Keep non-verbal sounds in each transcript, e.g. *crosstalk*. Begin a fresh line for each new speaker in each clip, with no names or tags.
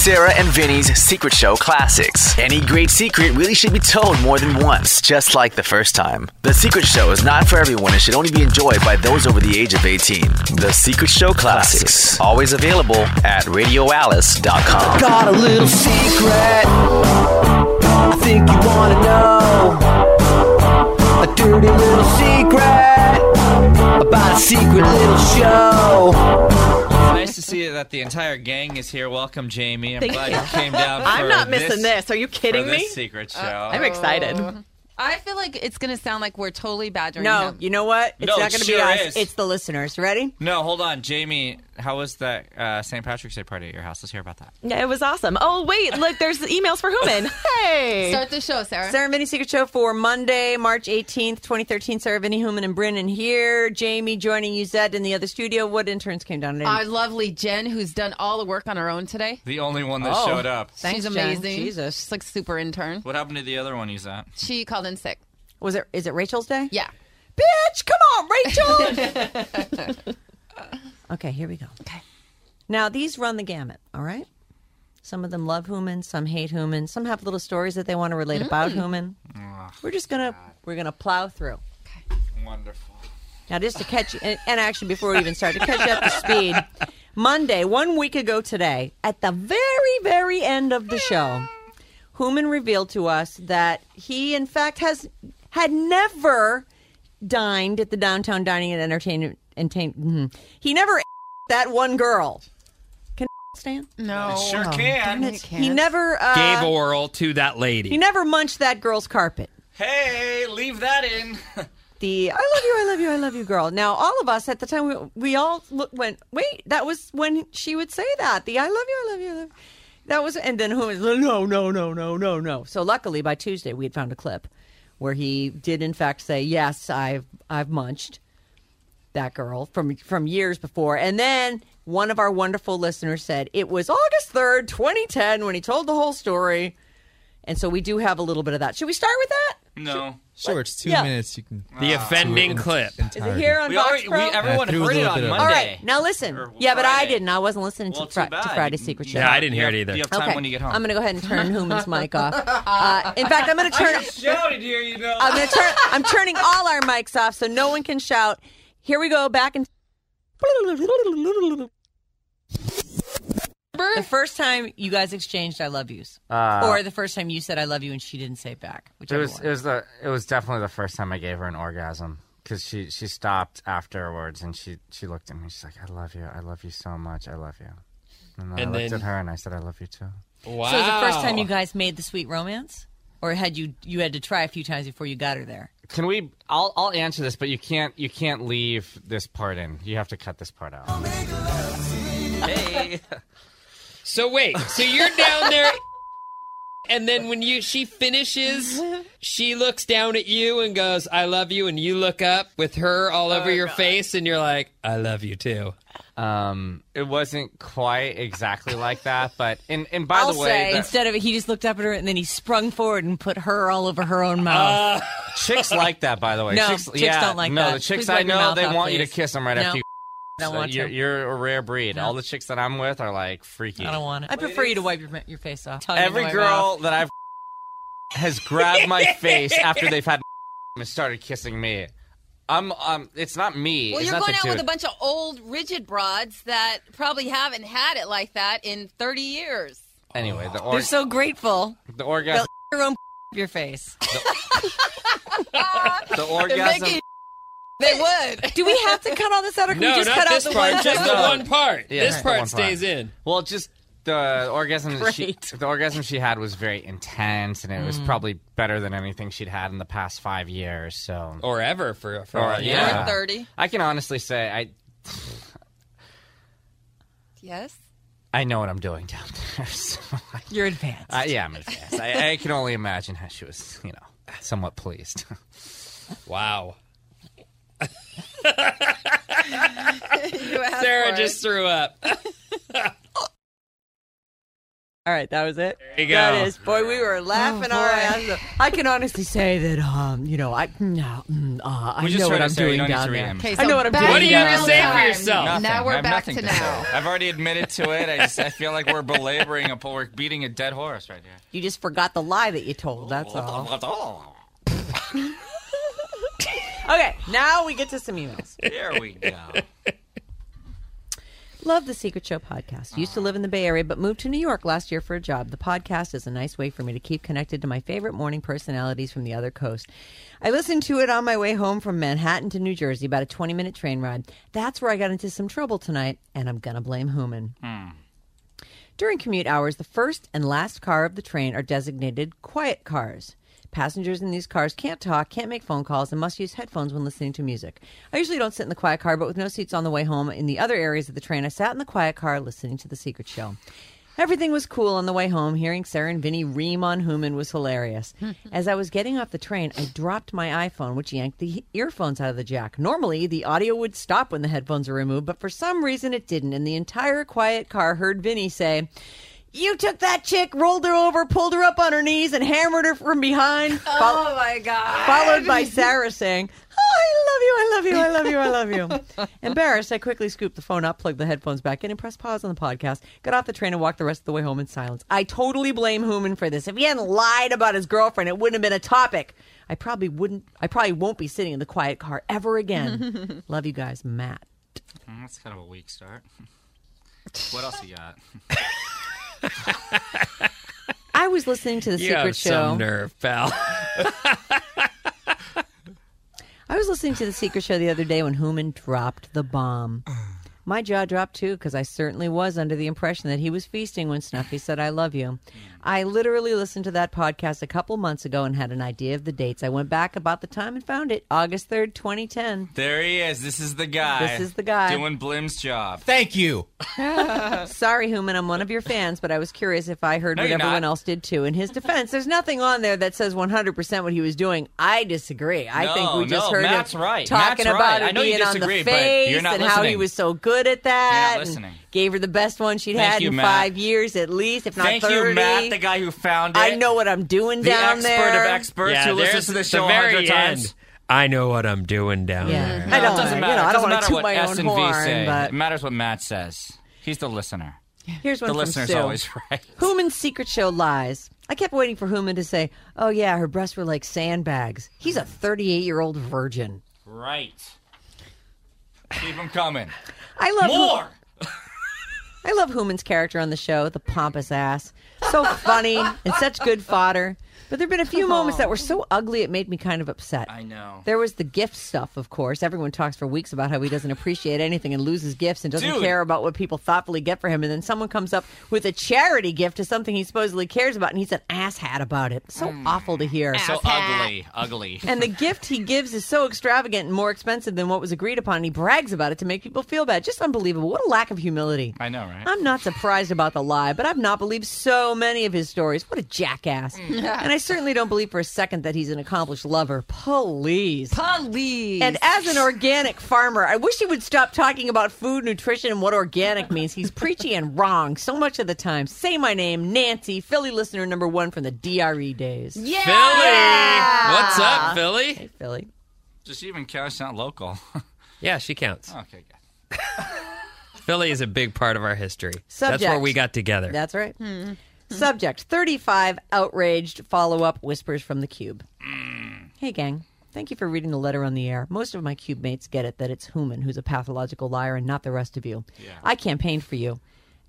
Sarah and Vinny's Secret Show Classics. Any great secret really should be told more than once, just like the first time. The Secret Show is not for everyone and should only be enjoyed by those over the age of 18. The Secret Show Classics, always available at radioalice.com.
Got a little secret. I think you wanna know. A dirty little secret about a secret little show.
Nice to see that the entire gang is here. Welcome, Jamie. I'm
Thank
glad you.
you.
came down.
*laughs*
For
I'm not missing this. Are you kidding
for
me? Uh,
This secret show.
I'm excited.
Oh.
I feel like it's going to sound like we're totally badgering
No,
them.
you know what? It's
No,
not
it
going to
sure
be us.
is.
It's the listeners. Ready?
no, hold on, Jamie. How was that uh, St. Patrick's Day party at your house? Let's hear about that.
Yeah, it was awesome. Oh wait, look, there's the emails for Human. Hey,
Start the show, Sarah.
Sarah Mini Secret Show for Monday, March 18th, 2013. Sarah Vinny Human and Brennan here. Jamie joining you, Zed, in the other studio. What interns came down today?
Our lovely Jen, who's done all the work on her own today.
The only one that
Oh.
showed up.
Thanks,
She's
Jen.
amazing.
Jesus.
She's like super intern.
What happened to the other one you saw?
She called in sick.
Was it? Is it Rachel's day?
Yeah.
Bitch, come on, Rachel. *laughs*
*laughs*
okay, here we go. Okay. Now these run the gamut. All right. Some of them love Human, some hate Human, some have little stories that they want to relate
Mm.
about Human.
Oh,
We're just gonna we're gonna plow through.
Wonderful.
Now, just to catch you, and and actually before we even start, to catch you up to speed, Monday, one week ago today, at the very, very end of the show, Human revealed to us that he, in fact, has had never dined at the downtown dining and entertainment. Entertain, mhm. He never *laughs* that one girl. Can *laughs* stand?
No.
Sure
Oh,
can.
He never.
gave
Uh,
oral to that
he
lady.
never munched that girl's carpet.
Hey, leave that in. *laughs*
the I love you, I love you, I love you, girl. Now, all of us at the time, we, we all look, went, wait, that was when she would say that. The I love you, I love you, I love you. That was, and then who was, no, no, no, no, no, no. So luckily by Tuesday, we had found a clip where he did, in fact, say, yes, I've, I've munched that girl from, from years before. And then one of our wonderful listeners said, it was August 3rd, 2010, when he told the whole story. And so we do have a little bit of that. Should we start with that?
no.
Sure, it's two
Yeah.
minutes. You can.
the offending clip.
Is it here on
We
Vox
already, we,
Pro?
everyone
threw a
heard it
little
on
bit
Monday.
of-
All right, now listen.
Or
Yeah, but I
Friday.
didn't. I wasn't listening
Well,
to,
too
Fri- to
bad.
Friday's Secret Show.
Yeah, I didn't hear it either.
You have time
Okay,
when you get home.
I'm going to go ahead
*laughs*
and turn Human's mic off. Uh, in fact, I'm going to turn.
Shouted here, you know.
*laughs* I'm going to turn. I'm turning all our mics off so no one can shout. Here we go back and. The first time you guys exchanged "I love yous," or the first time you said "I love you" and she didn't say it
Ah.
back.
It
Whichever
was
one.
it was the it was definitely the first time I gave her an orgasm because she she stopped afterwards and she she looked at me. She's like, "I love you. I love you so much. I love you." And, I
And
looked
then-
at her and I said, "I love you too."
Wow.
so it was the first time you guys made the sweet romance, or had you you had to try a few times before you got her there?
Can we? I'll I'll answer this, but you can't you can't leave this part in. You have to cut this part out.
So wait, so you're down there *laughs* and then when you she
*laughs*
finishes, she looks down at you and goes, "I love you," and you look up with her all
Oh,
over your face and you're like, "I love you too."
Um, it wasn't quite exactly like that, but and and by
I'll
the way,
say
that-
instead of it, he just looked up at her and then he sprung forward and put her all over her own mouth.
chicks like that. By the way,
No,
chicks,
chicks
yeah,
don't like
no,
that.
the chicks
Please
I
wipe your
know
mouth
they
out,
want you to
please.
kiss them right
No.
after you.
I don't
So
want
you're,
to.
you're a rare breed. All the chicks that I'm with are like freaky.
I don't want it. I prefer you to wipe your, your face off. Tongue into
Every
my
girl that I've *laughs* has grabbed my face after they've had *laughs* and started kissing me. I'm um. It's not me.
Well,
it's
you're
not
going
the
out with a
dude.
bunch of old, rigid broads that probably haven't had it like that in 30 years.
Anyway, the
mouth.
or-
They're so grateful.
the
*laughs*
orgasm.
Your own your face.
The
They're
orgasm.
making- *laughs* They would.
Do we have to cut all this out, or can
No,
we just
not
cut out
this *laughs*
the
part,
one?
just the
No.
one part.
Yeah,
this
the
part
one part.
stays in.
Well, just the orgasm that she,
Great.
the orgasm she had was very intense, and it was probably better than anything she'd had in the past five years. So
or ever for for
Or-
yeah.
yeah.
Or 30.
I can honestly say I
Yes.
I know what I'm doing down there. *laughs* So I,
You're advanced.
I, yeah, I'm advanced. I, I can only imagine how she was, you know,
*laughs*
somewhat pleased.
Oh,
*laughs*
Wow.
You asked
Sarah
for
just
it.
threw up.
All right, that was it.
There you go.
That is, boy, we were laughing our asses off. I can honestly say that, um, you know, I, no, mm, uh, I
We just
know
try
what
to
I'm
say, you
doing
don't need
down
to read
there.
them.
okay,
I know what I'm
back
doing.
What do you
to
have to
real
say for
time.
yourself?
Nothing.
Now
I
we're
have
back
nothing
to
to
now.
say. I've already admitted to it. I, just, I feel like we're belaboring a po- we're beating a dead horse right here.
You just forgot the lie that you told. That's
Oh,
all. Okay, now we get to some emails.
There we go.
Love the Secret Show podcast. Used to live in the Bay Area, but moved to New York last year for a job. The podcast is a nice way for me to keep connected to my favorite morning personalities from the other coast. I listened to it on my way home from Manhattan to New Jersey, about a 20 minute train ride. That's where I got into some trouble tonight, and I'm going to blame Hooman. During commute hours, the first and last car of the train are designated quiet cars. Passengers in these cars can't talk, can't make phone calls, and must use headphones when listening to music. I usually don't sit in the quiet car, but with no seats on the way home in the other areas of the train, I sat in the quiet car listening to The Secret Show. Everything was cool on the way home. Hearing Sarah and Vinny ream on Human was hilarious. As I was getting off the train, I dropped my iPhone, which yanked the earphones out of the jack. Normally, the audio would stop when the headphones were removed, but for some reason it didn't, and the entire quiet car heard Vinny say, you took that chick, rolled her over, pulled her up on her knees, and hammered her from behind. fol-
Oh my God.
followed by Sarah saying, oh, I love you, I love you, I love you, I love you. Embarrassed, I quickly scooped the phone up, plugged the headphones back in, and pressed pause on the podcast. Got off the train and walked the rest of the way home in silence. I totally blame Hooman for this. If he hadn't lied about his girlfriend, it wouldn't have been a topic. I probably wouldn't. I probably won't be sitting in the quiet car ever again. love you guys, Matt.
Mm, That's kind of a weak start. What else you got?
I was listening to the
You
Secret
have
Show.
some nerve,
*laughs*
pal.
I was listening to The Secret Show the other day when Hooman dropped the bomb. My jaw dropped too because I certainly was under the impression that he was feasting when Snuffy said, I love you. I literally listened to that podcast a couple months ago and had an idea of the dates. I went back about the time and found it August 3rd, 2010.
There he is. This is the guy.
This is the guy.
doing Blim's job.
Thank you.
Sorry, Hooman, I'm one of your fans, but I was curious if I heard
No,
what
you're not.
everyone else did too. In his defense, there's nothing on there that says 100% what he was doing. I disagree. I
No,
think we just
no,
heard
Matt's
him
right.
talking
Matt's
about
right.
it
I know you
being
disagree,
on
but
the face
you're not
and how he
listening.
was so good at that.
You're not
and
listening.
Gave her the best one she'd
Thank
had
you,
in
Matt.
five years at least, if not
Thank
30.
you, Matt, the guy who found it.
I know what I'm doing
the
down
expert
there.
of experts
yeah,
who
there's
listens to the
the
show a
very
hundred times.
end. I know what I'm doing down
yeah.
there.
I don't,
it doesn't
you
matter.
know, I
it
don't
doesn't
want
matter
to toot
what
my
S
own
and V say.
horn, but
It matters what Matt says. He's the listener.
here's one
The
from
listener's
Sue.
always *laughs* right.
Hooman's secret show lies. I kept waiting for Hooman to say, "Oh yeah, her breasts were like sandbags." He's a 38-year-old virgin.
Right. Keep him coming.
I love Hoo-
More.
I love Hooman's character on the show, the pompous ass. So funny and such good fodder. But there've been a few moments that were so ugly it made me kind of upset.
I know.
There was the gift stuff, of course. Everyone talks for weeks about how he doesn't appreciate anything and loses gifts and doesn't
Dude.
care about what people thoughtfully get for him. And then someone comes up with a charity gift to something he supposedly cares about, and he's an asshat about it. So
Mm.
awful to hear.
So ugly, ugly.
And the gift he gives is so extravagant and more expensive than what was agreed upon. And he brags about it to make people feel bad. Just unbelievable. What a lack of humility.
I know, right?
I'm not surprised about the lie, but I've not believed so many of his stories. What a jackass. and I certainly don't believe for a second that he's an accomplished lover. Please.
Please.
And as an organic farmer, I wish he would stop talking about food, nutrition, and what organic means. He's preachy and wrong so much of the time. Say my name, Nancy, Philly listener number one from the DRE days.
Yeah.
Philly, what's up, Philly?
Philly.
Just even count. She's not local. *laughs*
Yeah, she counts.
okay, good.
Philly is a big part of our history. That's where
Subject.
we got together.
That's right. Subject 35 outraged follow up whispers from the cube. Hey, gang. Thank you for reading the letter on the air. Most of my cube mates get it that it's Human who's a pathological liar and not the rest of you. I campaigned for you.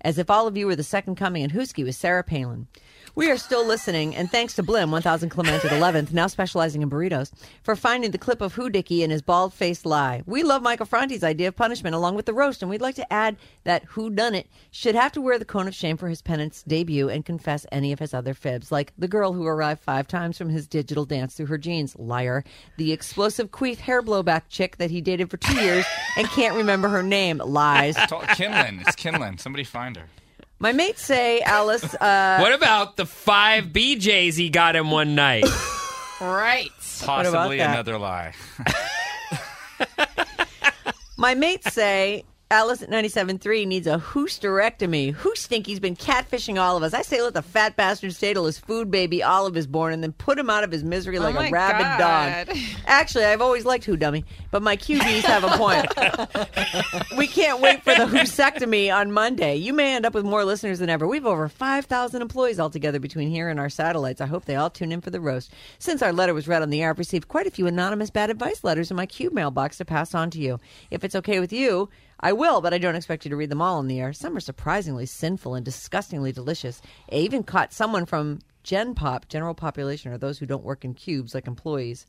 as if all of you were the second coming, and Husky was Sarah Palin. We are still listening, and thanks to Blim, 1000 Clement at 11th, now specializing in burritos, for finding the clip of Hoodicky and his bald faced lie. We love Michael Fronte's idea of punishment along with the roast, and we'd like to add that Who Done It should have to wear the cone of shame for his penance debut and confess any of his other fibs, like the girl who arrived five times from his digital dance through her jeans, liar, the explosive queef hair blowback chick that he dated for two years and can't remember her name, lies.
It's all- Kinlan. It's Kinlan. Somebody find her.
My mates say Alice. Uh,
What about the five BJs he got him one night?
Right.
about
Possibly
that?
another lie.
My mates say Alice at 97.3 needs a hoosterectomy. Hoos think he's been catfishing all of us. I say let the fat bastard stay till his food baby Olive is born and then put him out of his misery like
Oh my
a rabid
God.
dog. Actually, I've always liked Who Dummy, but my QBs have a
*laughs*
point. we can't wait for the hoosectomy on Monday. You may end up with more listeners than ever. We have over 5,000 employees altogether between here and our satellites. I hope they all tune in for the roast. Since our letter was read on the air, I've received quite a few anonymous bad advice letters in my cube mailbox to pass on to you. If it's okay with you, I will, but I don't expect you to read them all on the air. Some are surprisingly sinful and disgustingly delicious. I even caught someone from Gen Pop, general population, or those who don't work in cubes like employees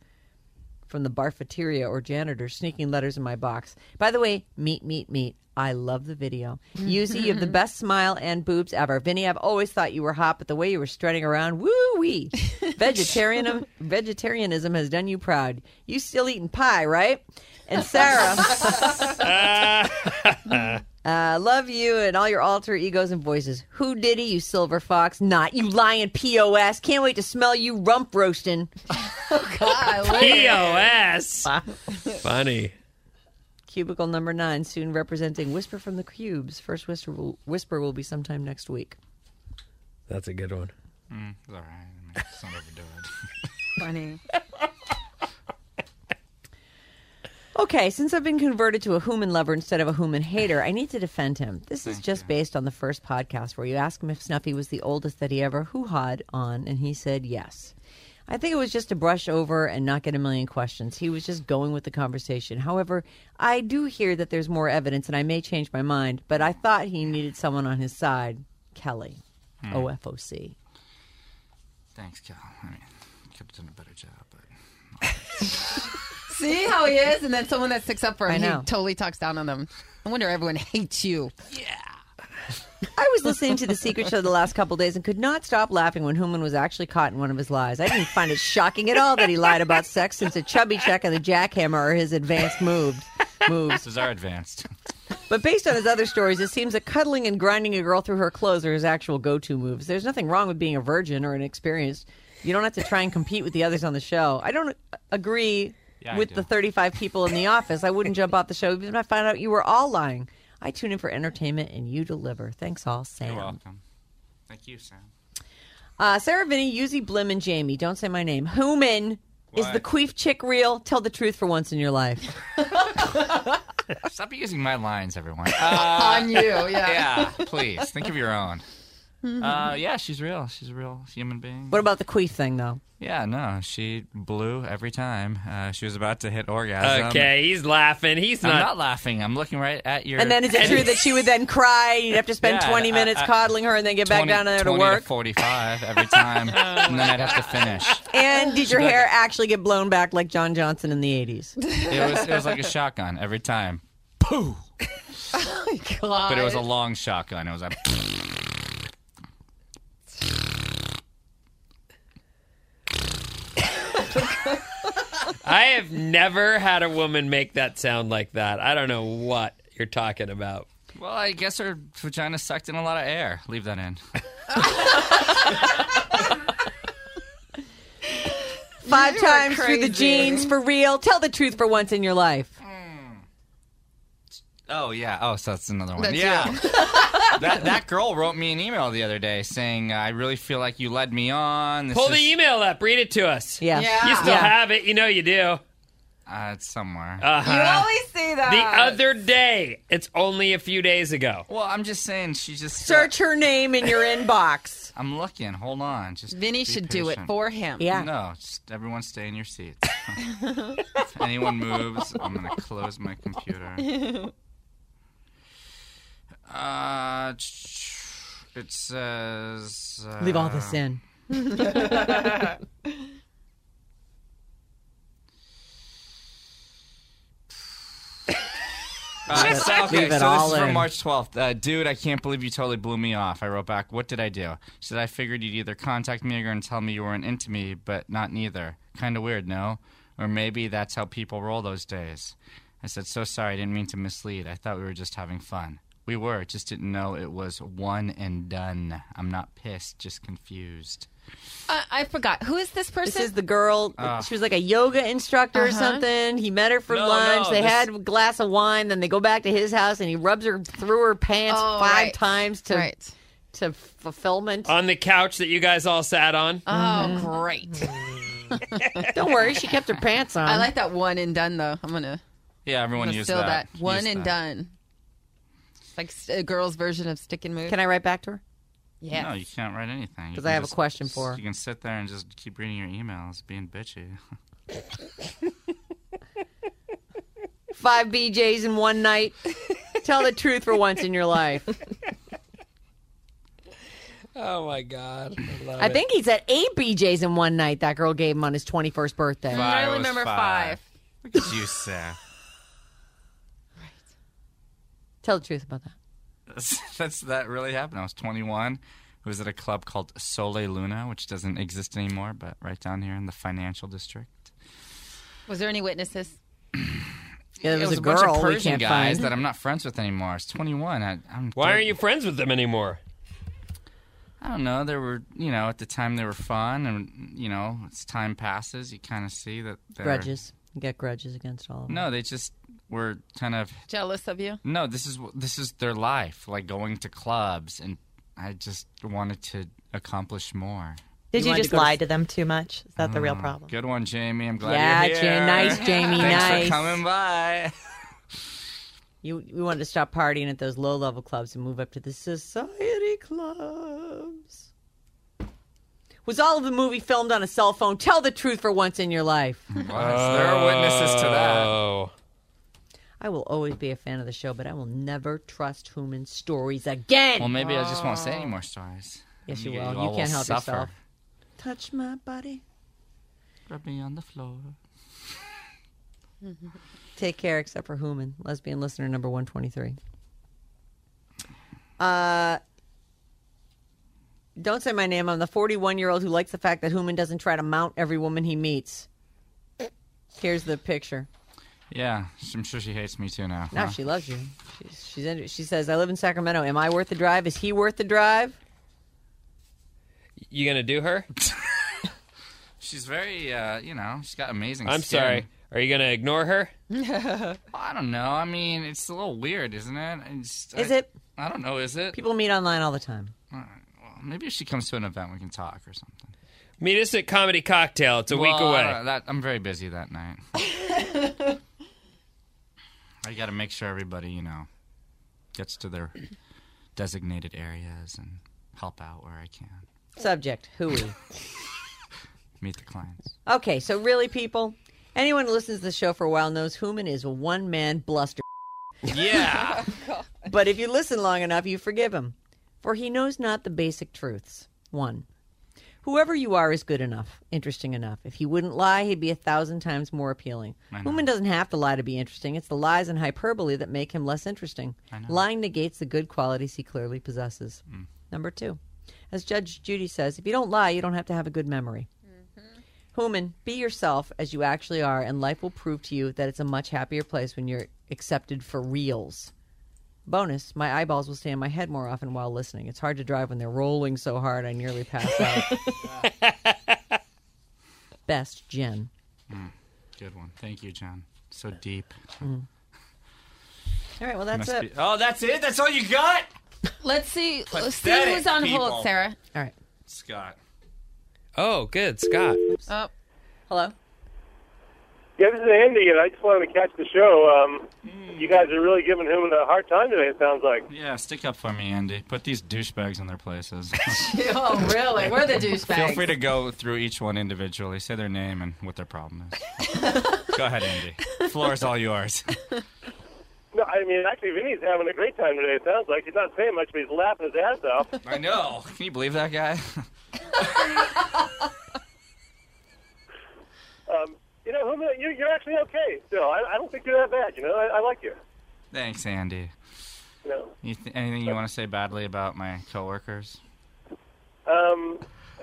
from the barfeteria or janitor sneaking letters in my box. By the way, meet, meet, meet. I love the video. Yuzi, you have the best smile and boobs ever. Vinny, I've always thought you were hot, but the way you were strutting around, woo wee. Vegetarian, vegetarianism has done you proud. You still eating pie, right? And Sarah. Uh, love you and all your alter egos and voices. Who did he, you silver fox? Not you lying POS. Can't wait to smell you rump roasting.
POS. Funny.
Cubicle number nine, soon representing Whisper from the Cubes. First whisper will, whisper will be sometime next week.
That's a good one.
It's all right. I mean, let's not overdo it.
Funny.
Okay, since I've been converted to a human lover instead of a human hater, I need to defend him. This is just based on the first podcast where you asked him if Snuffy was the oldest that he ever hoo-hawed on, and he said yes. I think it was just to brush over and not get a million questions. He was just going with the conversation. However, I do hear that there's more evidence, and I may change my mind, but I thought he needed someone on his side. Kelly, OFOC.
Thanks, Cal. I mean, could have done a better job, but
*laughs* See how he is, and then someone that sticks up for him,
I know.
he totally talks down on them. I wonder everyone *laughs* hates you.
I was listening to The Secret Show the last couple days and could not stop laughing when Human was actually caught in one of his lies. I didn't find it shocking at all that he lied about sex since a chubby check and the jackhammer are his advanced moves. moves.
this is our advanced.
But based on his other stories, it seems that cuddling and grinding a girl through her clothes are his actual go to moves. There's nothing wrong with being a virgin or inexperienced. You don't have to try and compete with the others on the show. I don't uh, agree
Yeah, I
with
do.
the 35 people in the office. I wouldn't jump off the show even if I found out you were all lying. I tune in for entertainment and you deliver. Thanks all, Sam.
You're welcome. Thank you, Sam.
Uh, Sarah Vinny, Yuzi Blim, and Jamie. Don't say my name. Hooman. Is
What?
the queef chick real? Tell the truth for once in your life.
*laughs* Stop using my lines, everyone. *laughs* Uh,
on you, yeah.
yeah, please think of your own. Uh, yeah, she's real. She's a real human being.
What about the queef thing, though?
Yeah, no, she blew every time. Uh, she was about to hit orgasm.
Okay, he's laughing. He's
I'm
not.
not, laughing. I'm looking right at your.
And then is it true that she would then cry? You'd have to spend
Yeah,
20
I-
minutes
I-
coddling her and then get back
20
down there to
20
work?
45 every
*laughs*
time, and then I'd have to finish. *laughs*
and did your hair actually get blown back like John Johnson in the
*laughs*
80s?
It was it was like a shotgun every time,
*laughs* God.
but it was a long shotgun. It was like *laughs*
I have never had a woman make that sound like that. I don't know what you're talking about.
Well, I guess her vagina sucked in a lot of air. Leave that in.
Five
are
times through the
crazy.
jeans for real. Tell the truth for once in your life.
Oh yeah. Oh, so that's another one.
That's
yeah. *laughs* that that girl wrote me an email the other day saying, uh, "I really feel like you led me on." This
Pull
is-
the email up. Read it to us.
Yeah.
Yeah.
You still
Yeah.
have it. You know you do.
uh, it's somewhere.
You always say that.
The other day. It's only a few days ago.
well, I'm just saying she just uh,
Search her name in
*laughs*
your inbox.
I'm looking. Hold on. Just
Vinny
be
should do it
patient.
for him.
Yeah.
No, just everyone stay in your seats. if
*laughs*
anyone moves, I'm gonna close my computer. Uh, it says. Uh,
Leave all this in.
Uh,
Just
so- okay,
leave
so
it
this
all
is from
in.
March 12th. Uh, Dude, I can't believe you totally blew me off. I wrote back, What did I do? She said, I figured you'd either contact me or and tell me you weren't into me, but not neither. Kind of weird, no? Or maybe that's how people roll those days. I said, So sorry, I didn't mean to mislead. I thought we were just having fun. We were, just didn't know it was one and done. I'm not pissed, just confused.
Uh, I forgot. Who is this person?
This is the girl.
Ah.
she was like a yoga instructor
Uh-huh.
or something. He met her for
No,
lunch.
no,
they
this-
had a glass of wine. Then they go back to his house and he rubs her through her pants
Oh,
five
right.
times to
right.
to fulfillment.
Uh,
On the couch that you guys all sat on.
Oh, great.
Mm-hmm.
Don't worry, she kept her pants on.
I like that one and done though. I'm gonna,
Yeah, everyone
I'm gonna
used
steal that.
that.
one
Used
and
that.
done. It's like s- a girl's version of stick and move.
Can I write back to her?
yeah.
No, you can't write anything. You
'Cause
can
I have a
just-
question for her.
You can sit there and just keep reading your emails, being bitchy.
Five BJ's in one
*laughs*
night. Tell the truth for once in your life.
Oh my god. I, love
I
it.
think he said eight BJ's in one night. That girl gave him on his twenty first birthday.
Five.
I
It
only
was
remember
five.
five.
Look *laughs* at you, Sam.
Tell the truth about that.
That's, that's that really happened. I was 21. I was at a club called Sole Luna, which doesn't exist anymore, but right down here in the financial district.
Was there any witnesses?
Yeah, there
it
was,
was
a
bunch
girl
of
we
Persian
can't
guys
find.
that I'm not friends with anymore. I was 21. I, I'm
Why
thir-
aren't you friends with them anymore?
I don't know. They were, you know, at the time they were fun, and you know, as time passes, you kind of see that they're,
grudges. You get grudges against all of them.
No, they just were kind of
Jealous of you?
No, this is this is their life, like going to clubs, and I just wanted to accomplish more.
Did
You
you,
wanted to
just
go to-
lie to them too much? Is that the real
*laughs*
problem?
Good one, Jamie. I'm glad
Yeah,
you're
Ja-
here.
nice,
*laughs*
Jamie,
Thanks
nice.
for coming by.
You we wanted to stop partying at those low level clubs and move up to the society clubs. Was all of the movie filmed on a cell phone? Tell the truth for once in your *laughs* life.
Was. There are witnesses to that.
Oh.
I will always be a fan of the show, but I will never trust human stories again.
Well, maybe I just won't say any more stories.
yes, you
you
will. You
all will
can't help
suffer.
yourself. Touch my body.
Rub me on the floor.
Take care, except for Human, lesbian listener number one twenty three. Uh, don't say my name. I'm the forty one year old who likes the fact that Human doesn't try to mount every woman he meets. Here's the picture.
Yeah, I'm sure she hates me too now.
Now
huh?
she loves you. She's, she's into, she says, "I live in Sacramento. Am I worth the drive? Is he worth the drive?"
You gonna do her?
She's very, uh, you know, she's got amazing.
I'm
skin.
sorry. Are you gonna ignore her?
I don't know. I mean, it's a little weird, isn't it? It's-
Is
I,
it?
I don't know. Is it?
People meet online all the time.
Well, maybe if she comes to an event, we can talk or something.
Meet us at Comedy Cocktail. It's a week
Well, I
away.
don't know. That, I'm very busy that *laughs* night. I got to make sure everybody, you know, gets to their designated areas and help out where I can.
Subject: Hooey.
Meet the clients.
Okay, so really, people, anyone who listens to the show for a while knows Human is a one man bluster.
Yeah.
But if you listen long enough, you forgive him, for he knows not the basic truths. One, whoever you are is good enough, interesting enough. If he wouldn't lie, he'd be a thousand times more appealing. Human doesn't have to lie to be interesting. It's the lies and hyperbole that make him less interesting. Lying negates the good qualities he clearly possesses. Number two, as Judge Judy says, if you don't lie, you don't have to have a good memory. Human, be yourself as you actually are, and life will prove to you that it's a much happier place when you're accepted for reals. Bonus, my eyeballs will stay in my head more often while listening. It's hard to drive when they're rolling so hard I nearly pass out.
*laughs*
Best Jen.
Good one. Thank you, John. So deep.
All right, well, that's
Must
it.
be- oh, that's it? That's all you got?
Let's see. Let's see
Pathetic
who's on
people.
hold, Sarah.
All right.
Scott.
oh, good, Scott.
Oh,
Hello?
Yeah, this is Andy, and I just wanted to catch the show. Um, You guys are really giving him a hard time today. It sounds like.
Yeah, stick up for me, Andy. Put these douchebags in their *laughs* places.
oh really? We're the douchebags.
Feel free to go through each one individually, say their name and *laughs* what their problem is. go ahead, Andy. Floor is all yours.
No, I mean, actually, Vinny's having a great time today. It sounds like he's not saying much, but he's laughing his ass off.
I know. Can you believe that guy?
Um, you know, Huma, you, you're actually okay. Still, I, I don't think you're that bad. You know, I, I like you.
Thanks, Andy.
You know,
You th- anything you want to say badly about my coworkers?
um,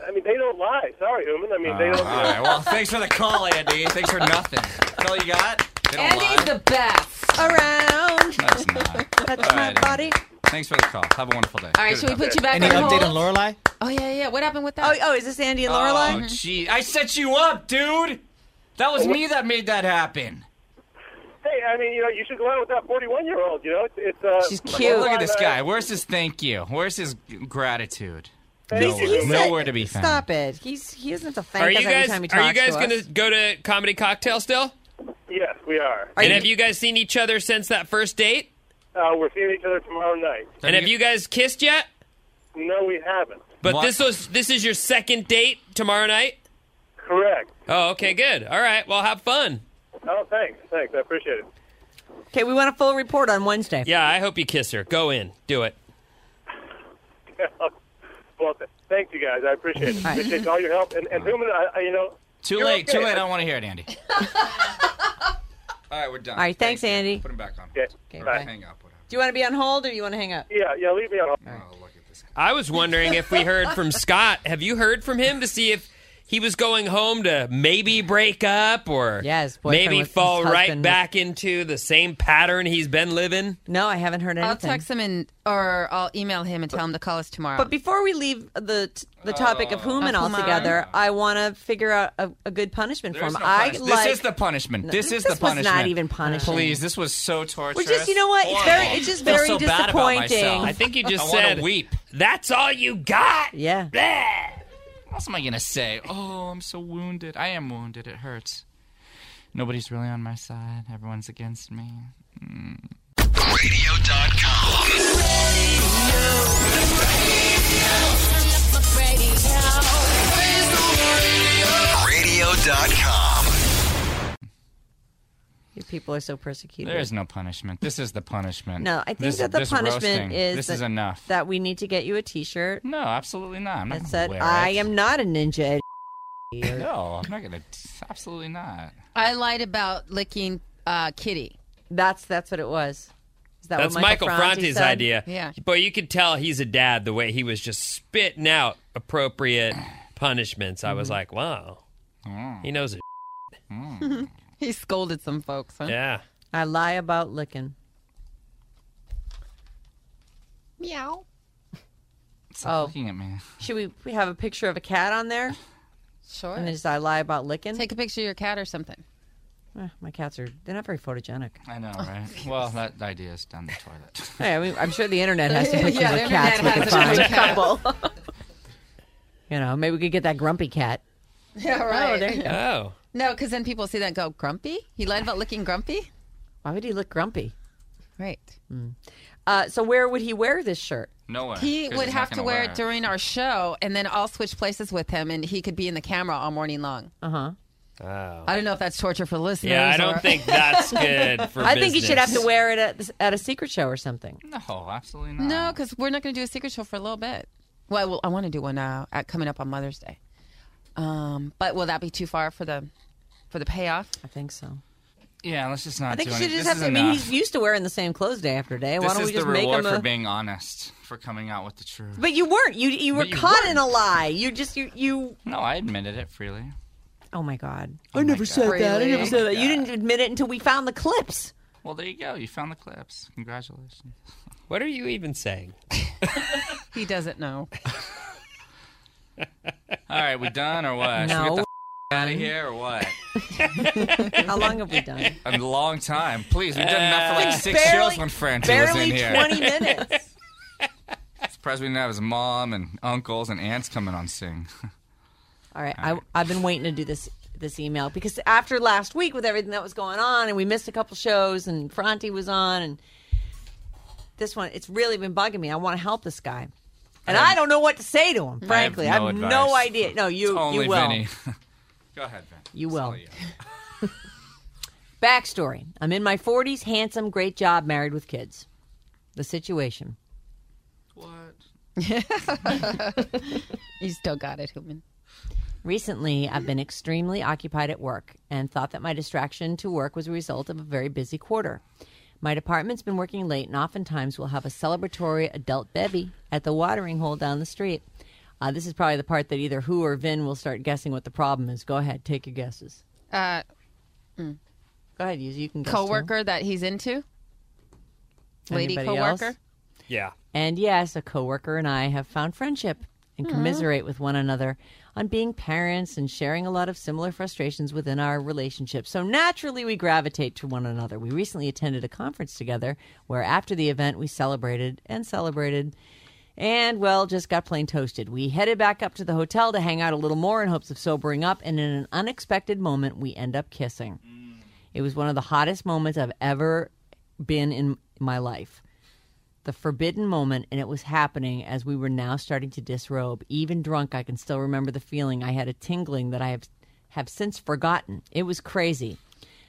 I mean, they don't lie. Sorry, Huma. I mean, they
Uh,
don't.
all right. Well, thanks for the call, Andy. Thanks for nothing. That's all you got? They don't lie?
the best around.
No, it's not.
That's
All
my
right, Andy.
body.
Thanks for the call. Have a wonderful day.
All right,
Good
should we
enough.
put you back Any on update hold? on
Lorelai?
Oh yeah, yeah. What happened with
Oh,
that?
oh, is this Andy and
Oh,
Lorelai?
gee. I set you up, dude. That was me that made that happen.
Hey, I mean, you know, you should go out with that 41 year old. You know, it's, it's uh, she's
Look at this guy. Where's his thank you? Where's his gratitude?
Thank you.
Nowhere.
He said-
Nowhere to be found.
Stop it. He's he doesn't have to thank
Are
us
you
every
guys
time he
Are you guys
talks to
going
us.
to go to comedy cocktail still?
Yes, we are.
and have you guys seen each other since that first date?
Uh, we're seeing each other tomorrow night.
And have you guys kissed yet?
No, we haven't.
But this was this is your second date tomorrow night.
Correct.
Oh, okay, good. All right. Well, have fun.
Oh, thanks, thanks. I appreciate it.
Okay, we want a full report on Wednesday.
Yeah, I hope you kiss her. Go in, do it.
well, th- thank you guys. I appreciate it. Appreciate all your help. And, and Huma, I, I, you know,
Too
you're
late. Too
okay.
late. I don't want to hear it,
*laughs*
Andy. All right, we're done.
All right, thanks, Andy.
Put him back on.
Okay.
Or
bye.
Hang up.
Do you want to be on hold or do you want to hang up?
Yeah, yeah, leave me on hold.
I was wondering if we heard
*laughs*
from Scott. Have you heard from him to see if he was going home to maybe break up or
Yes, boyfriend
maybe
with his
fall right
husband.
back into the same pattern he's been living?
No, I haven't heard anything.
I'll text him and or I'll email him and tell him to call us tomorrow.
But before we leave the the topic
Oh.
of Human
Of Hooman.
altogether, I want to figure out a, a good punishment for
There's
him.
no
I
punishment.
like
this is the punishment.
No,
this is
this
the
was not
punishment.
even punishment.
Please, this was so torturous.
We're just- you know what? It's very- it's just
I feel
very
so Bad about
disappointing.
myself.
I *laughs* think you
just
I wanna
said-
weep.
That's all you got.
yeah. Oh,
What else am I gonna say? Oh, I'm so wounded. I am wounded. It hurts. Nobody's really on my side. Everyone's against me.
Radio.com.
You people are so persecuted.
There is no punishment. This is the punishment.
No, I think
This-
that the
this
punishment
roasting,
is
this
that,
is enough.
That we need to get you a T-shirt.
No, absolutely not. I'm not
that
gonna
said,
wear
I
it.
am not a ninja. at
No, I'm not gonna. Absolutely not.
I lied about licking uh, Kitty.
That's that's what it was. Is that
That's
what
Michael,
Michael, Franti
Franti's
said?
idea.
Yeah.
Boy, you could tell he's a dad the way he was just spitting out appropriate punishments. I
Mm-hmm.
was like, wow.
Mm.
He knows it.
he scolded some folks. Huh?
Yeah.
I lie about licking.
Meow.
Oh.
looking at me.
Should we, we have a picture of a cat on there?
Sure.
And is I lie about licking?
Take a picture of your cat or *laughs* something.
Eh, my cats are they're not very *laughs* photogenic.
I know, right? well, that idea is down the toilet.
*laughs* Hey, I mean, I'm sure the internet has *laughs* some
Yeah,
pictures
the
of
internet
cats we
has
could
a bunch
find.
of cats.
You know, maybe we could get that grumpy cat.
Yeah, right.
there you go.
Oh.
No, because then people see that and go, Grumpy? He lied about licking Grumpy?
Why would he look grumpy?
Right.
Uh, so where would he wear this shirt?
Nowhere.
He
'cause
would
he's not
have to
gonna
wear it during our show, and then I'll switch places with him, and he could be in the camera all morning long.
Uh huh.
Oh.
I don't know if that's torture for listeners.
Yeah, I don't
or-
think that's good for
I think he should have to
business.
wear it at, at a secret show or something.
No, absolutely not.
No, because we're not going to do a secret show for a little bit. Well, I, will- I want to do one uh, at, coming up on Mother's Day. Um, but will that be too far for the for the payoff?
I think so.
Yeah, let's just not.
I think
do
he should
any-
just
this
have
is
to. I mean,
enough.
he's used to wearing the same clothes day after day. Why
this
don't
is
we just
the
make
reward
him a?
for being honest, for coming out with the truth.
But you weren't. You you were
But you
caught in a lie. You just you you.
no, I admitted it freely.
Oh my god! I never said
that. I never said that.
You didn't admit it until we found the clips.
Well, there you go. You found the clips. Congratulations.
What are you even saying?
He doesn't know.
All right, we done or what? Should we
No,
get the out of here or what?
How long
*laughs*
have we done?
A long time. Please, we've done enough for like
Uh,
six
barely-
shows when Francie was
Barely
in here.
twenty minutes.
*laughs* Surprised we didn't have his mom and uncles and aunts coming on sing.
All right, I, I've been waiting to do this this email because after last week with everything that was going on, and we missed a couple shows, and Franti was on, and this one, it's really been bugging me. I want to help this guy, and I, don't know what to say to him. Frankly, I have no,
advice.
idea. No,
*laughs*
you
It's only
you will.
Vinny. go ahead, Vinny.
You will. *laughs* Backstory I'm in my 40s, handsome, great job, married with kids. The situation.
you still got it, human.
Recently, I've been extremely occupied at work and thought that my distraction to work was a result of a very busy quarter. My department's been working late and oftentimes will have a celebratory adult bevy at the watering hole down the street. Uh, this is probably the part that either who or Vin will start guessing what the problem is. Go ahead, take your guesses.
Uh, mm.
Go ahead, you, you can guess. too.
coworker that he's into. Lady
Anybody
coworker.
else?
Yeah.
And yes, a coworker and I have found friendship and
Aw.
commiserate with one another on being parents and sharing a lot of similar frustrations within our relationship. So naturally, we gravitate to one another. We recently attended a conference together where after the event, we celebrated and celebrated and, well, just got plain toasted. We headed back up to the hotel to hang out a little more in hopes of sobering up, and in an unexpected moment, we end up kissing. It was one of the hottest moments I've ever been in my life. The forbidden moment, and it was happening as we were now starting to disrobe. Even drunk, I can still remember the feeling. I had a tingling that I have, have since forgotten. It was crazy.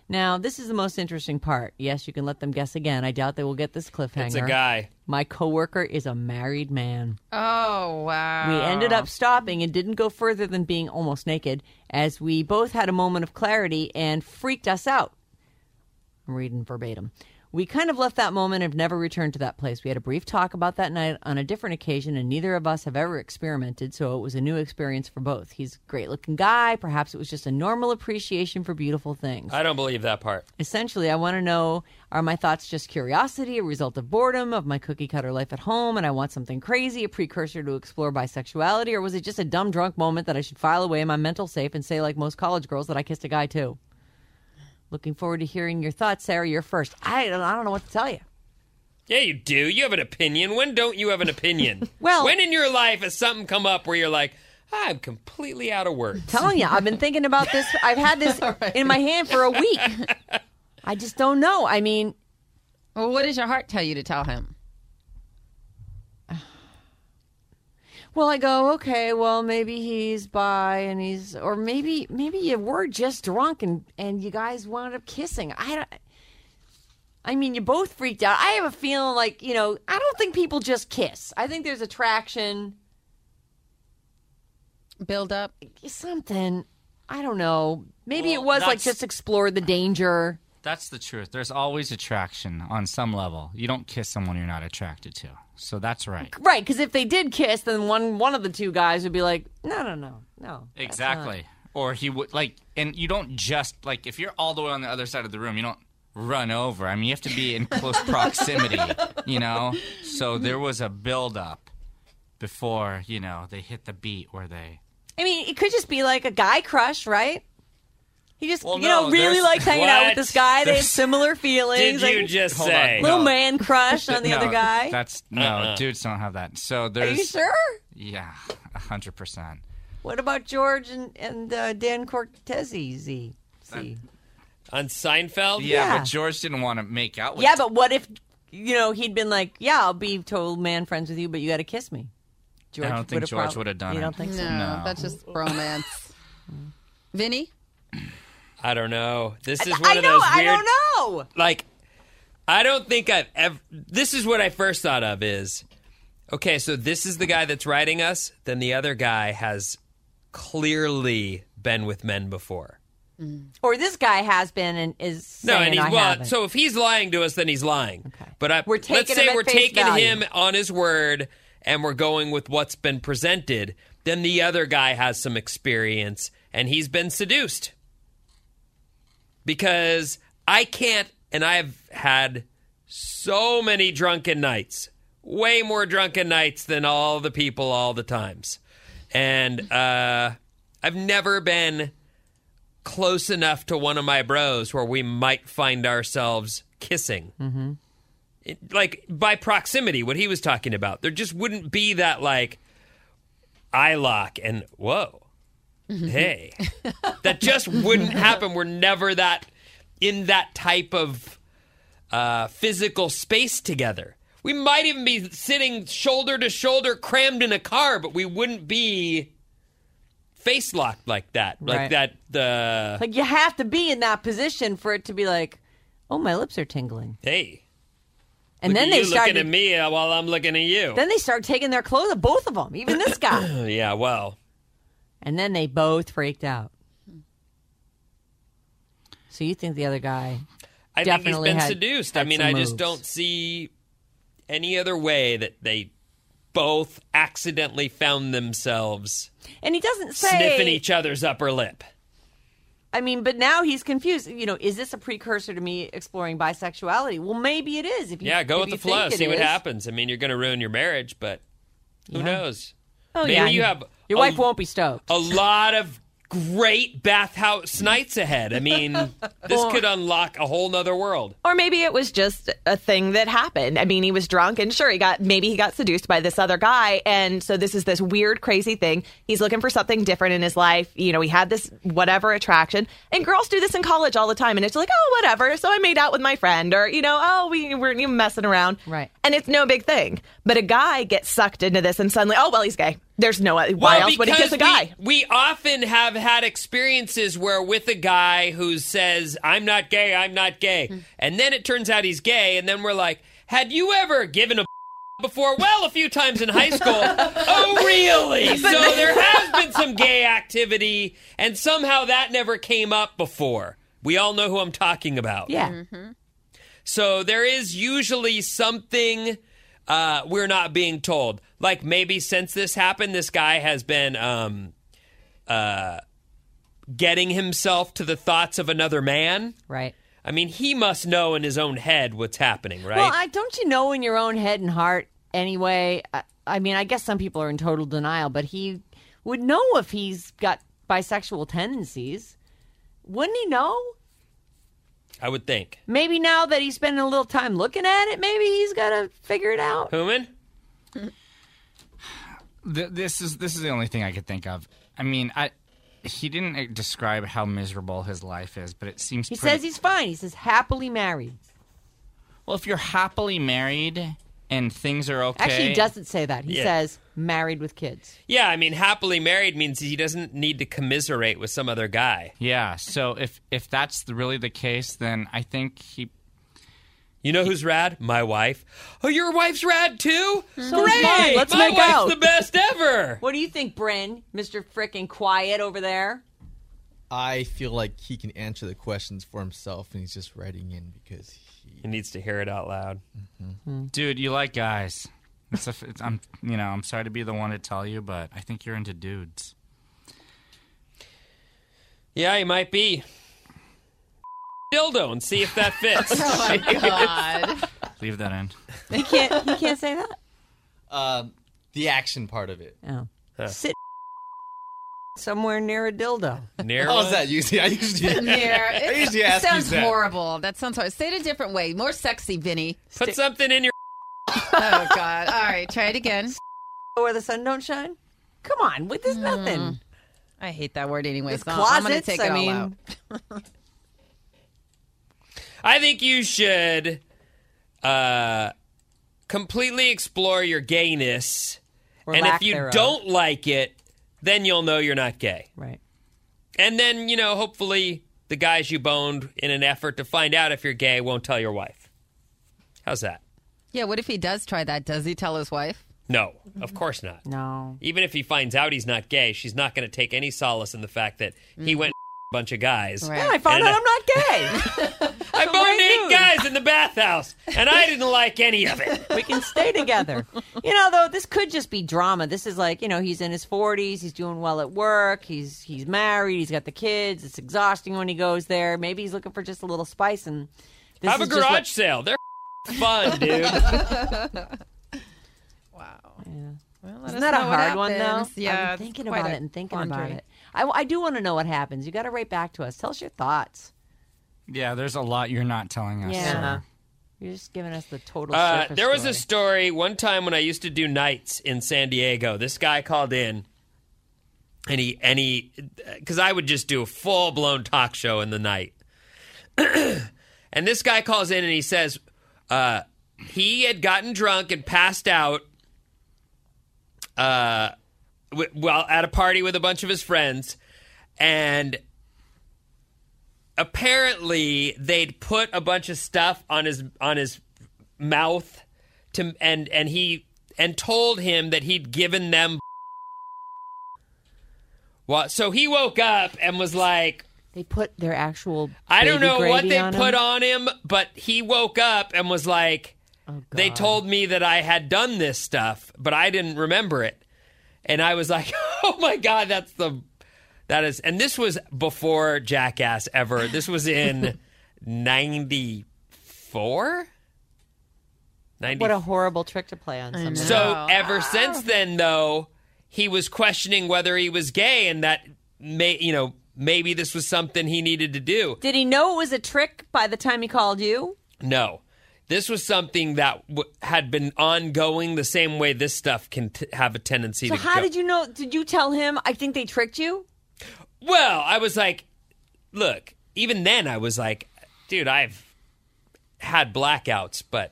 Now, this is the most interesting part. Yes, you can let them guess again. I doubt they will get this cliffhanger.
It's a guy.
My coworker is a married man.
Oh wow.
We ended up stopping and didn't go further than being almost naked, as we both had a moment of clarity and freaked us out. I'm reading verbatim. We kind of left that moment and have never returned to that place. We had a brief talk about that night on a different occasion, and neither of us have ever experimented, so it was a new experience for both. He's a great looking guy. Perhaps it was just a normal appreciation for beautiful things.
I don't believe that part.
Essentially, I want to know are my thoughts just curiosity, a result of boredom, of my cookie cutter life at home, and I want something crazy, a precursor to explore bisexuality, or was it just a dumb drunk moment that I should file away in my mental safe and say, like most college girls, that I kissed a guy too? Looking forward to hearing your thoughts, Sarah. You're first. I don't, I don't know what to tell you.
Yeah, you do. You have an opinion. When don't you have an opinion?
Well-
when in your life has something come up where you're like, I'm completely out of words?
telling you, I've been thinking about this. I've had this in my hand for a week. I just don't know. I mean,
well, what does your heart tell you to tell him?
Well, I go, okay, well, maybe he's bi and he's, or maybe, maybe you were just drunk and, and you guys wound up kissing. I don't, I mean, you both freaked out. I have a feeling like, you know, I don't think people just kiss. I think there's attraction.
Build up?
Something. I don't know. Maybe
Well,
it was like
that's-
just explore the danger.
That's the truth. There's always attraction on some level. You don't kiss someone you're not attracted to. So that's right.
Right, because if they did kiss, then one one of the two guys would be like, no, no, no, no.
Exactly. Or he would like, and you don't just like if you're all the way on the other side of the room, you don't run over. I mean, you have to be in close proximity, you know. So there was a build up before you know they hit the beat where they.
I mean, it could just be like a guy crush, right? He just,
Well,
you
no,
know, really
there's-
likes hanging out with
What?
this guy. They have
There's-
similar feelings.
Did you
like,
just Hold on, say?
little
no.
man crush on
*laughs*
the
No,
other guy?
That's no, dudes don't have that. So
Are
there's.
you sure?
Yeah, hundred percent.
What about George and and uh, Dan Cortese? See,
On Seinfeld?
Yeah,
Yeah.
but George didn't want to make out with.
yeah, but what if, you know, he'd been like, yeah, I'll be total man friends with you, but you got to kiss me.
I don't think
would've
George
prob-
would've done
You
it.
don't think so?
No, that's just romance. Vinny?
I don't know. This is
I-
one
I
of
know,
those
I
weird.
don't
know.
Like, I don't think I've ever. This is what I first thought of is, okay, so this is the guy that's writing us. Then the other guy has clearly been with men before.
Or this guy has been and is
No,
saying
and he's
I
well.
haven't.
So if he's lying to us, then he's lying. Okay. But I, we're
taking
let's say
him at
we're
face
taking
value.
him on his word, and we're going with what's been presented. Then the other guy has some experience, and he's been seduced. Because I can't, and I've had so many drunken nights, way more drunken nights than all the people all the times, and uh, I've never been close enough to one of my bros where we might find ourselves kissing.
Mhm.
It- like by proximity, what he was talking about. There just wouldn't be that like eye lock and whoa,
Mm-hmm.
hey. that just
*laughs*
wouldn't happen. We're never that in that type of uh, physical space together. We might even be sitting shoulder to shoulder, crammed in a car, but we wouldn't be face locked like that,
Right.
like that. The
Like you have to be in that position for it to be like, oh, my lips are tingling.
hey,
And
look
then
at
they
you
started-
looking at me uh, while I'm looking at you.
Then they start taking their clothes, both of them, even this guy.
*coughs* yeah, well,
And then they both freaked out. So you think the other guy
I think he's
definitely
been
had-
seduced. I
had
mean,
some
I just
moves.
don't see any other way that they both accidentally found themselves
And he doesn't
sniffing each other's upper lip.
I mean, but now he's confused. You know, is this a precursor to me exploring bisexuality? Well, maybe it is. If you,
Yeah, go
if
with the
you think
flow,
it
see what
is.
happens. I mean, you're going to ruin your marriage, but who
Yeah.
knows?
Oh,
Maybe
yeah.
you have
Your
a-
wife won't be stoked.
a lot of great bathhouse nights ahead. I
*laughs*
mean, this could unlock a whole nother world.
Or maybe it was just a thing that happened. I mean, he was drunk and sure he got maybe he got seduced by this other guy and so this is this weird crazy thing. He's looking for something different in his life. You know, he had this whatever attraction. And girls do this in college all the time and it's like, "Oh, whatever. So I made out with my friend or, you know, oh, we were you messing around." Right. And it's no big thing. But a guy gets sucked into this and suddenly, "Oh, well, he's gay." There's no why else would he
because
kiss a guy?
We, we often have had experiences where with a guy who says, I'm not gay, I'm not gay.
Hmm.
And then it turns out he's gay. And then we're like, had you ever given a *laughs* before? Well, a few times in
*laughs*
high school. oh, really? So there has been some gay activity. And somehow that never came up before. We all know who I'm talking about. So there is usually something uh, we're not being told. Like maybe since this happened, this guy has been um, uh, getting himself to the thoughts of another man.
Right.
I mean, he must know in his own head what's happening, right?
Well, I don't you know in your own head and heart anyway. I, I mean, I guess some people are in total denial, but he would know if he's got bisexual tendencies. Wouldn't he know?
I would think.
Maybe now that he's spending a little time looking at it, maybe he's got to figure it out.
Human?
Th- this is this is the only thing I could think of. I mean, I he didn't uh, describe how miserable his life is, but it seems
He
pretty-
says he's fine. He says happily married.
well. If you're happily married and things are okay,
Actually, he doesn't say that. He
Yeah.
says married with kids.
Yeah, I mean, happily married means he doesn't need to commiserate with some other guy.
Yeah. So if if that's the- really the case, then I think he.
You know who's rad? My wife. Oh, your wife's rad too?
So is mine. Let's
My
make
wife's
out.
the best ever.
What do you think, Bryn, Mr. Frickin' Quiet over there?
I feel like he can answer the questions for himself, and he's just writing in because he,
he needs to hear it out loud.
Dude, you like guys. It's a f it's, I'm you know I'm sorry to be the one to tell you, but I think you're into dudes.
Yeah, he might be. Dildo and see if that
*laughs*
fits.
Oh, my
God.
Leave that in.
He can't. He can't say that.
Um, the action part of it.
Oh, Sit somewhere near a dildo.
Near
How's that usually? I usually,
There.
I
It
usually ask
sounds
you that.
horrible. That sounds horrible. Say it a different way. More sexy, Vinny.
Put something in your.
oh God! All right, try it again.
Where the sun don't shine. Come on, with this nothing.
I hate that word anyway.
With
So I'm gonna
closets,
take
I
it Hmm. all
mean-
out.
I think you should uh, completely explore your gayness,
Or
and
lack
if you
thereof.
don't like it, then you'll know you're not gay.
Right.
And then you know, hopefully, the guys you boned in an effort to find out if you're gay won't tell your wife. How's that?
Yeah. What if he does try that? Does he tell his wife?
No, of course not.
No.
Even if he finds out he's not gay, she's not going to take any solace in the fact that he went *laughs* a bunch of guys.
Yeah, I found
And
out I'm not gay.
*laughs*
I boned eight guys in the bathhouse, and I didn't like any
*laughs*
of it.
we can stay together. You know, though, this could just be drama. This is like, you know, he's in his forties, he's doing well at work, he's he's married, he's got the kids. It's exhausting when he goes there. Maybe he's looking for just a little spice and this
Have a
is just
garage
what-
sale. They're *laughs* fun, dude.
Well, let
Isn't
us
that a
know what
hard one though?
happens. Yeah,
I'm
it's
thinking
quite
about
a
it and thinking about
quandary.
it. I, I do want to know what happens. You got to write back to us. Tell us your thoughts.
Yeah, there's a lot you're not telling us.
Yeah.
sir.
Uh-huh. You're just giving us the total.
Uh,
surface
there was
story.
a story one time when I used to do nights in San Diego. This guy called in, and he and he, because I would just do a full blown talk show in the night. *clears throat* and this guy calls in and he says uh, he had gotten drunk and passed out uh, w- well at a party with a bunch of his friends, and apparently they'd put a bunch of stuff on his on his mouth to and and he and told him that he'd given them. Well, so he woke up and was like,
They put their actual.
I don't
baby
know what
gravy
they
on
put
them.
on him, but he woke up and was like,
Oh,
They told me that I had done this stuff, but I didn't remember it. And I was like, *laughs* Oh my God, that's the. That is. And this was before Jackass ever. This was
*laughs*
in 94? 90,
What a horrible trick to play on somebody.
so ever since then, though, he was questioning whether he was gay, and that may you know maybe this was something he needed to do.
Did he know it was a trick by the time he called you?
No, this was something that w- had been ongoing the same way this stuff can t- have a tendency
So
to.
how
go.
did you know? Did you tell him? I think they tricked you.
Well, I was like, look, even then I was like, dude, I've had blackouts, but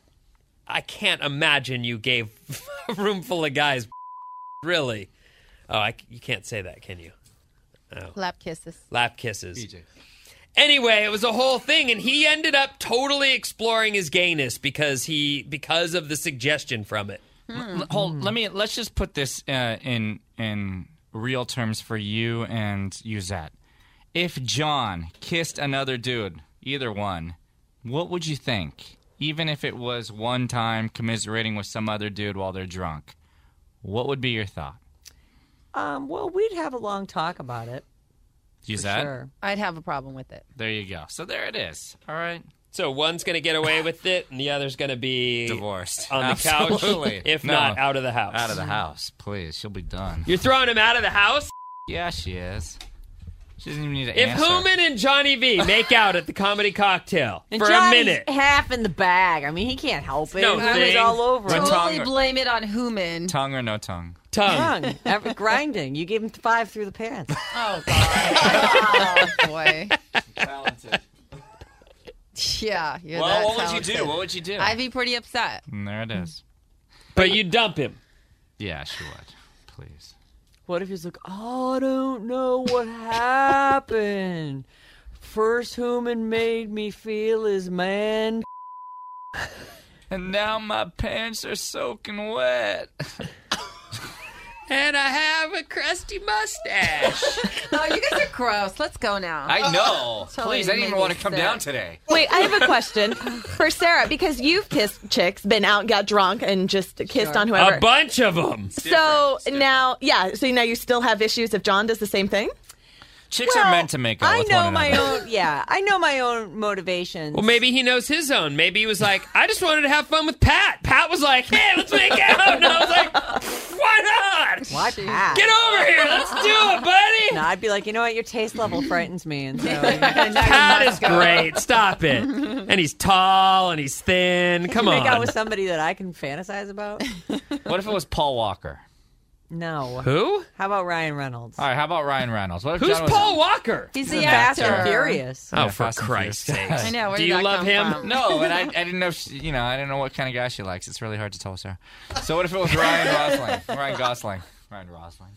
I can't imagine you gave *laughs* a room full of guys *laughs* really. Oh, I c you can't say that, can you? Oh.
Lap kisses.
Lap kisses. Anyway, it was a whole thing, and he ended up totally exploring his gayness because he because of the suggestion from it.
L- hold, let me let's just put this uh, in in real terms for you and Uzette. If John kissed another dude, either one, what would you think? Even if it was one time commiserating with some other dude while they're drunk, what would be your thought?
Um, well, we'd have a long talk about it.
Uzette,
I'd have a problem with it.
there you go. So there it is. All right.
So one's going to get away with it, and the other's going to be
divorced
on the
Absolutely.
couch, *laughs* if
No.
not out of the house.
Out of the house, please. She'll be done. *laughs*
You're throwing him out of the house.
Yeah, she is. She doesn't even need to
If
answer.
Hooman and Johnny V make out at the comedy cocktail
And
for
Johnny's
a minute,
half in the bag. I mean, he can't help it.
No
He was
thing.
all over.
Right.
it.
Totally Tongue.
Blame it on Human.
tongue or no tongue.
Tongue. Every- *laughs* grinding. You gave him five through the pants.
Oh God. *laughs* oh boy. Yeah. You're
Well,
that
what would you do?
talented.
What would you do?
I'd be pretty upset.
And Mm, there it is.
but you dump him.
Yeah, she would. Please.
*laughs* What if he's like, oh, I don't know what happened. First human made me feel as man.
And now my pants are soaking wet.
and I have a crusty mustache.
oh, you guys are gross. Let's go now.
I know.
Totally
Please, I didn't
made
even
me
want to come
sick.
down today.
*laughs* Wait, I have a question for Sarah because you've kissed chicks, been out, got drunk, and just kissed on whoever.
A bunch of them.
so now, yeah, so now you still have issues if John does the same thing.
Chicks
Well,
are meant to make out
I
with
know
one
my
another.
own, yeah, I know my own motivations.
Well, maybe he knows his own. Maybe he was like, I just wanted to have fun with Pat. Pat was like, hey, let's make out. And I was like, why not?
Why Pat?
Get over here. Let's do it, buddy.
No, I'd be like, you know what? Your taste level frightens me.
*laughs*
And so
Pat is great. Stop it. And he's tall and he's thin. Come
make out
on.
with somebody that I can fantasize about?
What if it was Paul Walker?
No.
Who?
How about Ryan Reynolds?
All right, how about Ryan Reynolds? What if
Who's
John was-
Paul Walker?
He's
the
the
Fast
actor.
*laughs*
and Furious.
Oh,
Yeah,
for
Fast and *laughs*
Christ's sake.
Furious.
I know. Where
Do
did
you
that
love
come
him?
From?
No, and I, I didn't know. If she, you know, I didn't know what kind of guy she likes. It's really hard to tell, Sarah. So what if it was Ryan Gosling? Ryan Gosling. Ryan Gosling.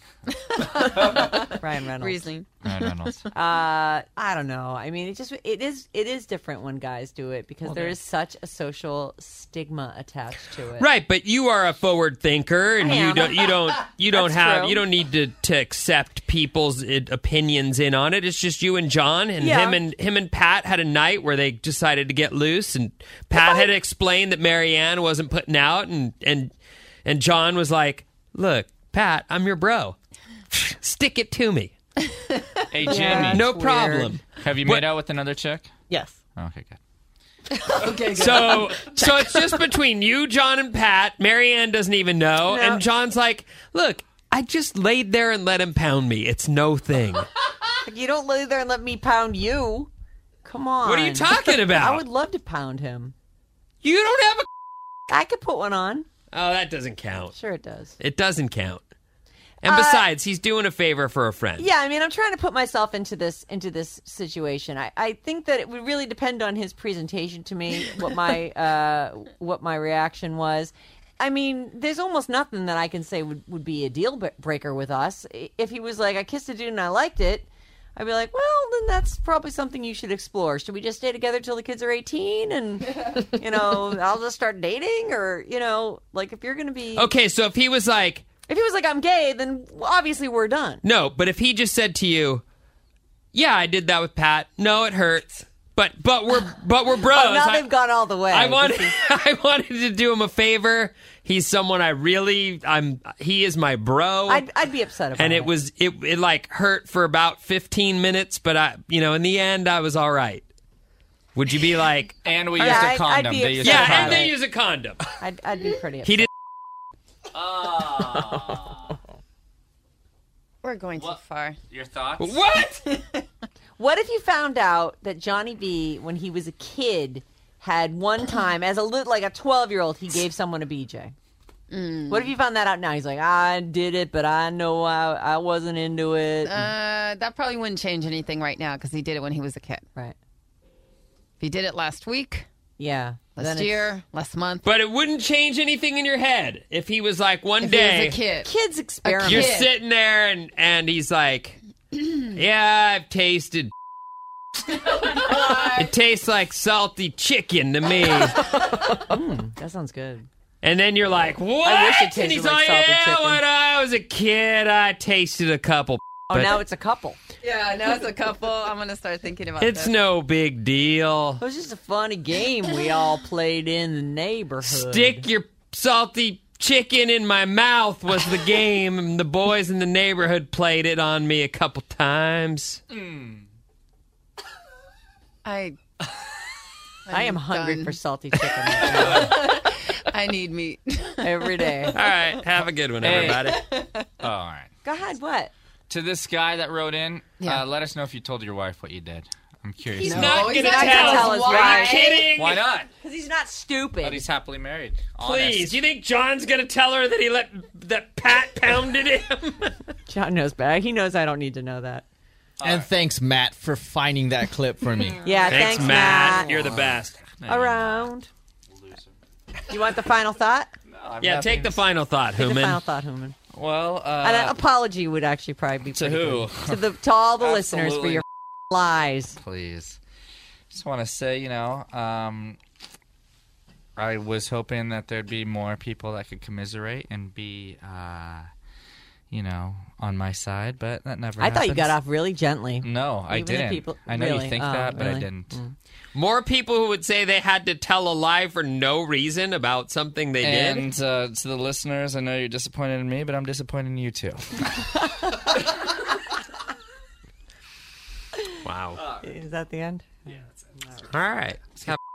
Ryan Reynolds.
Reasoning.
Ryan Reynolds.
Uh, I don't know. I mean, it just it is it is different when guys do it because there
there
is such a social stigma attached to it.
Right, but you are a forward thinker, and
I
you
am.
don't you don't you don't
That's
have
true.
you don't need to, to accept people's i opinions in on it. It's just you and John, and
Yeah.
him and him and Pat had a night where they decided to get loose, and Pat had explained that Marianne wasn't putting out, and and and John was like, "Look, Pat, I'm your bro. Stick it to me,
Hey, Jimmy.
no problem."
Have you made out with another chick? Oh,
Yes.
Okay,
*laughs*
good.
So, so it's just between you, John, and Pat. Marianne doesn't even know, and John's like, "Look, I just laid there and let him pound me. It's no thing."
Like, you don't lay there and let me pound you. Come on.
What are you talking about?
*laughs* I would love to pound him.
*laughs* you don't have a.
I could put one on.
*laughs* Oh, that doesn't count.
Sure, it does.
It doesn't count. And
Uh,
besides, he's doing a favor for a friend.
Yeah, I mean, I'm trying to put myself into this into this situation. I, I think that it would really depend on his presentation to me, what my uh, what my reaction was. I mean, there's almost nothing that I can say would, would be a deal bre- breaker with us. I- If he was like, I kissed a dude and I liked it, I'd be like, well, then that's probably something you should explore. Should we just stay together till the kids are 18 and, you know, I'll just start dating? Or, you know, like if you're going to be.
Okay, so if he was like,
If he was like, I'm gay, then obviously we're done.
no, but if he just said to you, "Yeah, I did that with Pat. No, it hurts, but but we're *laughs* but we're bros.
Oh, now
I-
they've gone all the way.
I wanted *laughs* I wanted to do him a favor. He's someone I really I'm he is my bro.
I'd, I'd be upset about
and
it.
it was it it like hurt for about 15 minutes, but I you know, in the end I was all right. Would you be like
and
we used a I'd- I'd condom. be They used a
*laughs* yeah,
upset. condom.
and they use a condom.
I'd, I'd be pretty upset.
He did
We're going too far.
Your thoughts?
*laughs* What?
What if you found out that Johnny B, when he was a kid, had one time as a lit like a twelve year old, he gave someone a BJ. What if you found that out now? He's like, I did it, but I know I, I wasn't into it.
Uh, that probably wouldn't change anything right now because he did it when he was a kid.
Right.
If he did it last week,
yeah,
last year, last month.
But it wouldn't change anything in your head if he was like one
If he was
day
a kid.
Kids experiment.
You're sitting there and and he's *clears throat* like, "Yeah, I've tasted. *laughs* Oh it tastes like salty chicken to *laughs* me."
that sounds good.
And then you're like, "What?"
wish it
and he's
tasted like
like,
salted
"Yeah,
chicken."
when I was a kid, I tasted a couple."
Oh,
but
now it's a couple.
Yeah, now it's a couple. I'm gonna start thinking about
it's
this.
no big deal.
It was just a funny game we all played in the neighborhood.
Stick your salty chicken in my mouth was the game, and the boys in the neighborhood played it on me a couple times.
I.
I am hungry for salty chicken
I need meat *laughs*
every day.
All
*laughs*
right, have a good one,
Hey.
*laughs*
everybody.
Oh, all right.
Go ahead. What?
To this guy that wrote in,
Yeah.
uh, let us know if you told your wife what you did. I'm curious.
He's
to
No,
know.
not he's gonna not gonna tell tell us us why. why.
Are you kidding? Why not?
Because he's not stupid.
But he's happily married.
Please, you think John's gonna tell her that he let that Pat pounded him?
John knows better. He knows I don't need to know that.
and thanks, Matt, for finding that clip for me.
Yeah, thanks, Matt.
You're the best.
Around. You want the final thought?
yeah, take the final thought,
Take the
Human.
final thought, Human.
Well,
An
uh,
apology would actually probably be
to
pretty
who?
good. To the to all the listeners for
Absolutely.
your lies.
Please. Just want to say, you know, um, I was hoping that there'd be more people that could commiserate and be, uh, you know, on my side, but that never.
I thought you got
happens.
off really gently.
No, I
Even the
didn't.
people-
I know
really?
you think
Oh,
that, but I
really?
didn't.
More people who would say they had to tell a lie for no reason about something they did.
And uh, to the listeners, I know you're disappointed in me, but I'm disappointed in you too.
Wow.
Is that the end?
All right. Have-